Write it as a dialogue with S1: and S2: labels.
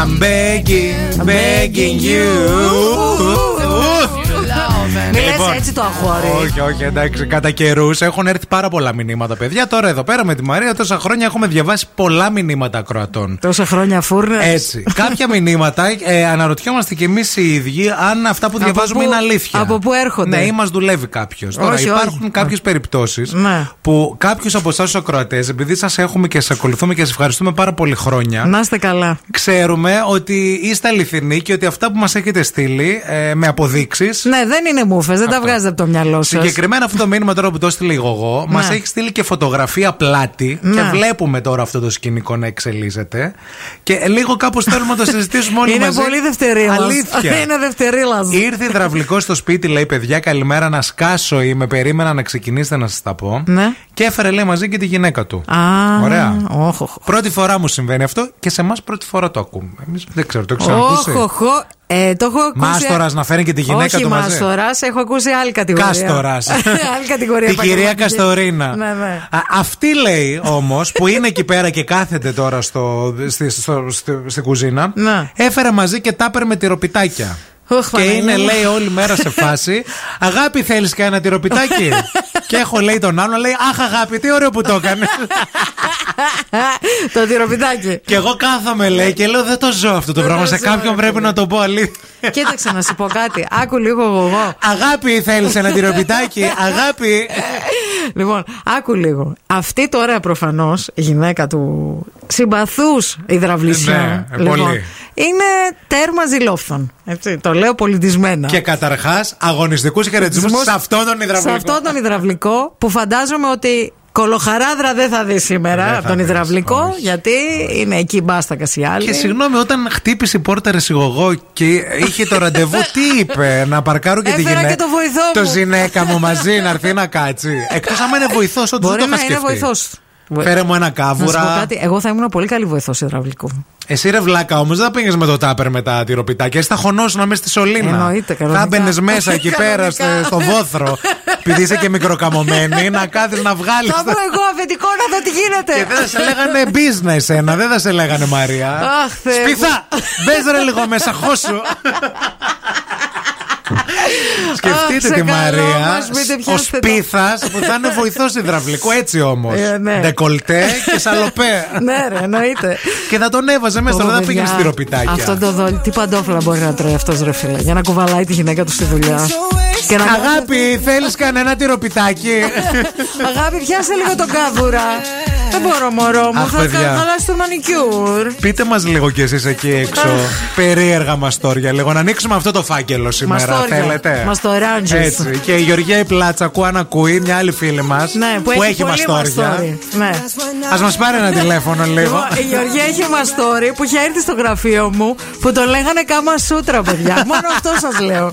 S1: I'm begging, I'm begging you.
S2: Μιλά έτσι το αγόρι.
S1: Λοιπόν, Όχι, όχι, εντάξει. Κατά καιρούς έχουν έρθει πάρα πολλά μηνύματα, παιδιά. Τώρα εδώ πέρα με τη Μαρία, τόσα χρόνια έχουμε διαβάσει πολλά μηνύματα ακροατών.
S2: Τόσα χρόνια φούρνες.
S1: Έτσι. Κάποια μηνύματα ε, αναρωτιόμαστε κι εμείς οι ίδιοι αν αυτά που
S2: Από
S1: διαβάζουμε
S2: πού-
S1: είναι αλήθεια.
S2: από πού έρχονται.
S1: Ναι, ή μας δουλεύει κάποιος. Τώρα
S2: Όχι,
S1: υπάρχουν
S2: όχι.
S1: κάποιες περιπτώσεις
S2: Ναι.
S1: που κάποιο από εσάς τους ακροατές, επειδή σας έχουμε και σας ακολουθούμε και σας ευχαριστούμε πάρα πολύ χρόνια.
S2: Να είστε καλά.
S1: Ξέρουμε ότι είστε αληθινοί και ότι αυτά που μας έχετε στείλει ε, με αποδείξεις.
S2: Ναι, δεν είναι μούφε, δεν τα
S1: Αυτό.
S2: βγάζετε από το μυαλό σας.
S1: Συγκεκριμένα αυτό το μήνυμα τώρα που το έστειλε η Γογό Μας
S2: Ναι.
S1: έχει στείλει και φωτογραφία πλάτη Και
S2: Ναι.
S1: βλέπουμε τώρα αυτό το σκηνικό να εξελίσσεται Και λίγο κάπως θέλουμε να το συζητήσουμε όλοι
S2: Είναι
S1: μαζί
S2: πολύ δευτερήλα.
S1: Αλήθεια Ε,
S2: Είναι δευτερήλα.
S1: Ήρθε η δραυλικό στο σπίτι, λέει παιδιά, καλημέρα να σκάσω. ή με περίμενα να ξεκινήσετε να σας τα πω.
S2: Ναι.
S1: Και έφερε, λέει, μαζί και τη γυναίκα του.
S2: Α,
S1: Ωραία.
S2: όχο, όχο.
S1: Πρώτη φορά μου συμβαίνει αυτό και σε εμάς πρώτη φορά το ακούμε. Εμείς δεν ξέρω, το έχω ξανακούσει.
S2: Όχο, όχο. Ε, το έχω ακούσει.
S1: Μάστορας να φέρνει και τη γυναίκα
S2: Όχι
S1: του μαζί.
S2: μάστορας, έχω ακούσει άλλη κατηγορία.
S1: Κάστορας.
S2: άλλη κατηγορία.
S1: Την κυρία
S2: επαγγελματική.
S1: Καστορίνα.
S2: Ναι, ναι.
S1: Α, αυτή λέει όμως που είναι εκεί πέρα και κάθεται τώρα στο, στη, στο- στη- στην κουζίνα.
S2: Ναι.
S1: Έφερε μαζί και τάπερ με τυροπιτάκια.
S2: Ωχ,
S1: και
S2: Παναγία
S1: είναι
S2: μου.
S1: λέει όλη μέρα σε φάση. Αγάπη, θέλεις και ένα τυροπιτάκι. και έχω λέει τον άλλο, λέει Αχ, αγάπη, τι ωραίο που το έκανε.
S2: το τυροπιτάκι.
S1: και εγώ κάθομαι, λέει, και λέω Δεν το ζω αυτό το
S2: Δεν
S1: πράγμα.
S2: το
S1: Σε
S2: ζω,
S1: κάποιον
S2: ρε
S1: πρέπει
S2: φίλε.
S1: να το πω αλήθεια.
S2: Κοίταξε να σου πω κάτι. Άκου λίγο εγώ.
S1: Αγάπη, θέλεις ένα τυροπιτάκι. Αγάπη.
S2: Λοιπόν, άκου λίγο. Αυτή τώρα προφανώς, γυναίκα του συμπαθούς υδραυλισιού.
S1: Ναι, ε,
S2: λοιπόν,
S1: πολύ.
S2: Είναι τέρμα ζηλόφθων. Έτσι, το λέω πολιτισμένα.
S1: Και καταρχάς, αγωνιστικούς χαιρετισμούς
S2: Σμος-
S1: σε αυτόν τον
S2: Σε
S1: υδραυλικό.
S2: αυτόν τον υδραυλικό που φαντάζομαι ότι κολοχαράδρα δεν θα δεις σήμερα
S1: Ε, Δεν θα
S2: από τον
S1: δεις,
S2: υδραυλικό,
S1: όχι.
S2: γιατί είναι εκεί μπάστακας οι άλλοι.
S1: Και συγγνώμη, όταν χτύπησε η πόρτα ρε σιγογό και είχε το ραντεβού, τι είπε, να παρκάρω και τη
S2: Έφερα
S1: γυναίκα.
S2: και το βοηθό μου.
S1: Το γυναίκα μου μαζί να έρθει να κάτσει. Εκτός άμα είναι βοηθός, όντως δεν
S2: Μπορεί
S1: το είχα
S2: να είναι
S1: σκεφτεί.
S2: βοηθός.
S1: Φέρε μου ένα
S2: Να σου πω
S1: κάβουρα.
S2: κάτι, εγώ θα ήμουν πολύ καλή βοηθός υδραυλικού.
S1: Εσύ ρε βλάκα όμως, δεν θα πήγες με το τάπερ με τα τυροπιτάκια. Εσύ θα χωνόσουν μέσα στη σωλήνα.
S2: Εννοείται, κανονικά.
S1: Θα μπαινε μέσα εκεί πέρα
S2: Κανονικά.
S1: στο, στο βόθρο. Επειδή είσαι και μικροκαμωμένη, να κάθεις να βγάλεις.
S2: Θα βρω εγώ αφεντικό να δω τι γίνεται.
S1: Και δεν θα σε λέγανε business ένα, δεν θα σε λέγανε Μαρία.
S2: Αχ, Θεέ μου.
S1: Σπιθά! Μπες ρε λίγο μέσα, χώσου! Σκεφτείτε
S2: Αχ,
S1: τη
S2: σε καλό,
S1: Μαρία
S2: μας πείτε
S1: ο
S2: ποιος θα το-
S1: Σπίθα που θα είναι βοηθός υδραυλικού, έτσι όμως.
S2: Ε, ναι.
S1: Ντεκολτέ και σαλοπέ.
S2: ναι, ρε, εννοείται.
S1: Και θα τον έβαζε μέσα
S2: Πω,
S1: τώρα, δεν
S2: παιδιά,
S1: πήγαινε στη ροπιτάκια.
S2: Αυτό το δόλι, τι παντόφλα μπορεί να τρώει αυτός ρε φίλε, για να κουβαλάει τη γυναίκα του στη δουλειά. Και να
S1: Αγάπη, θέλεις κανένα τυροπιτάκι.
S2: Αγάπη, πιάσε λίγο τον κάβουρα. Δεν μπορώ, μωρό μου.
S1: Αχ,
S2: θα
S1: παιδιά.
S2: θα χαλάσει το μανικιούρ.
S1: Πείτε μας λίγο κι εσείς εκεί έξω. Περίεργα μαστόρια. Λίγο να ανοίξουμε αυτό το φάκελο σήμερα.
S2: Μαστόρια.
S1: Θέλετε.
S2: Μαστοράντζες.
S1: Έτσι. Και η Γεωργία η Πλάτσα, ακούω αν ακούει, μια άλλη φίλη μας.
S2: Ναι, που, έχει πολύ μαστόρι. Ναι.
S1: Ας μας πάρει ένα τηλέφωνο λίγο.
S2: Λοιπόν, η Γεωργία έχει μαστόρι που είχε έρθει στο γραφείο μου που το λέγανε κάμα σούτρα, παιδιά. Μόνο αυτό σας λέω.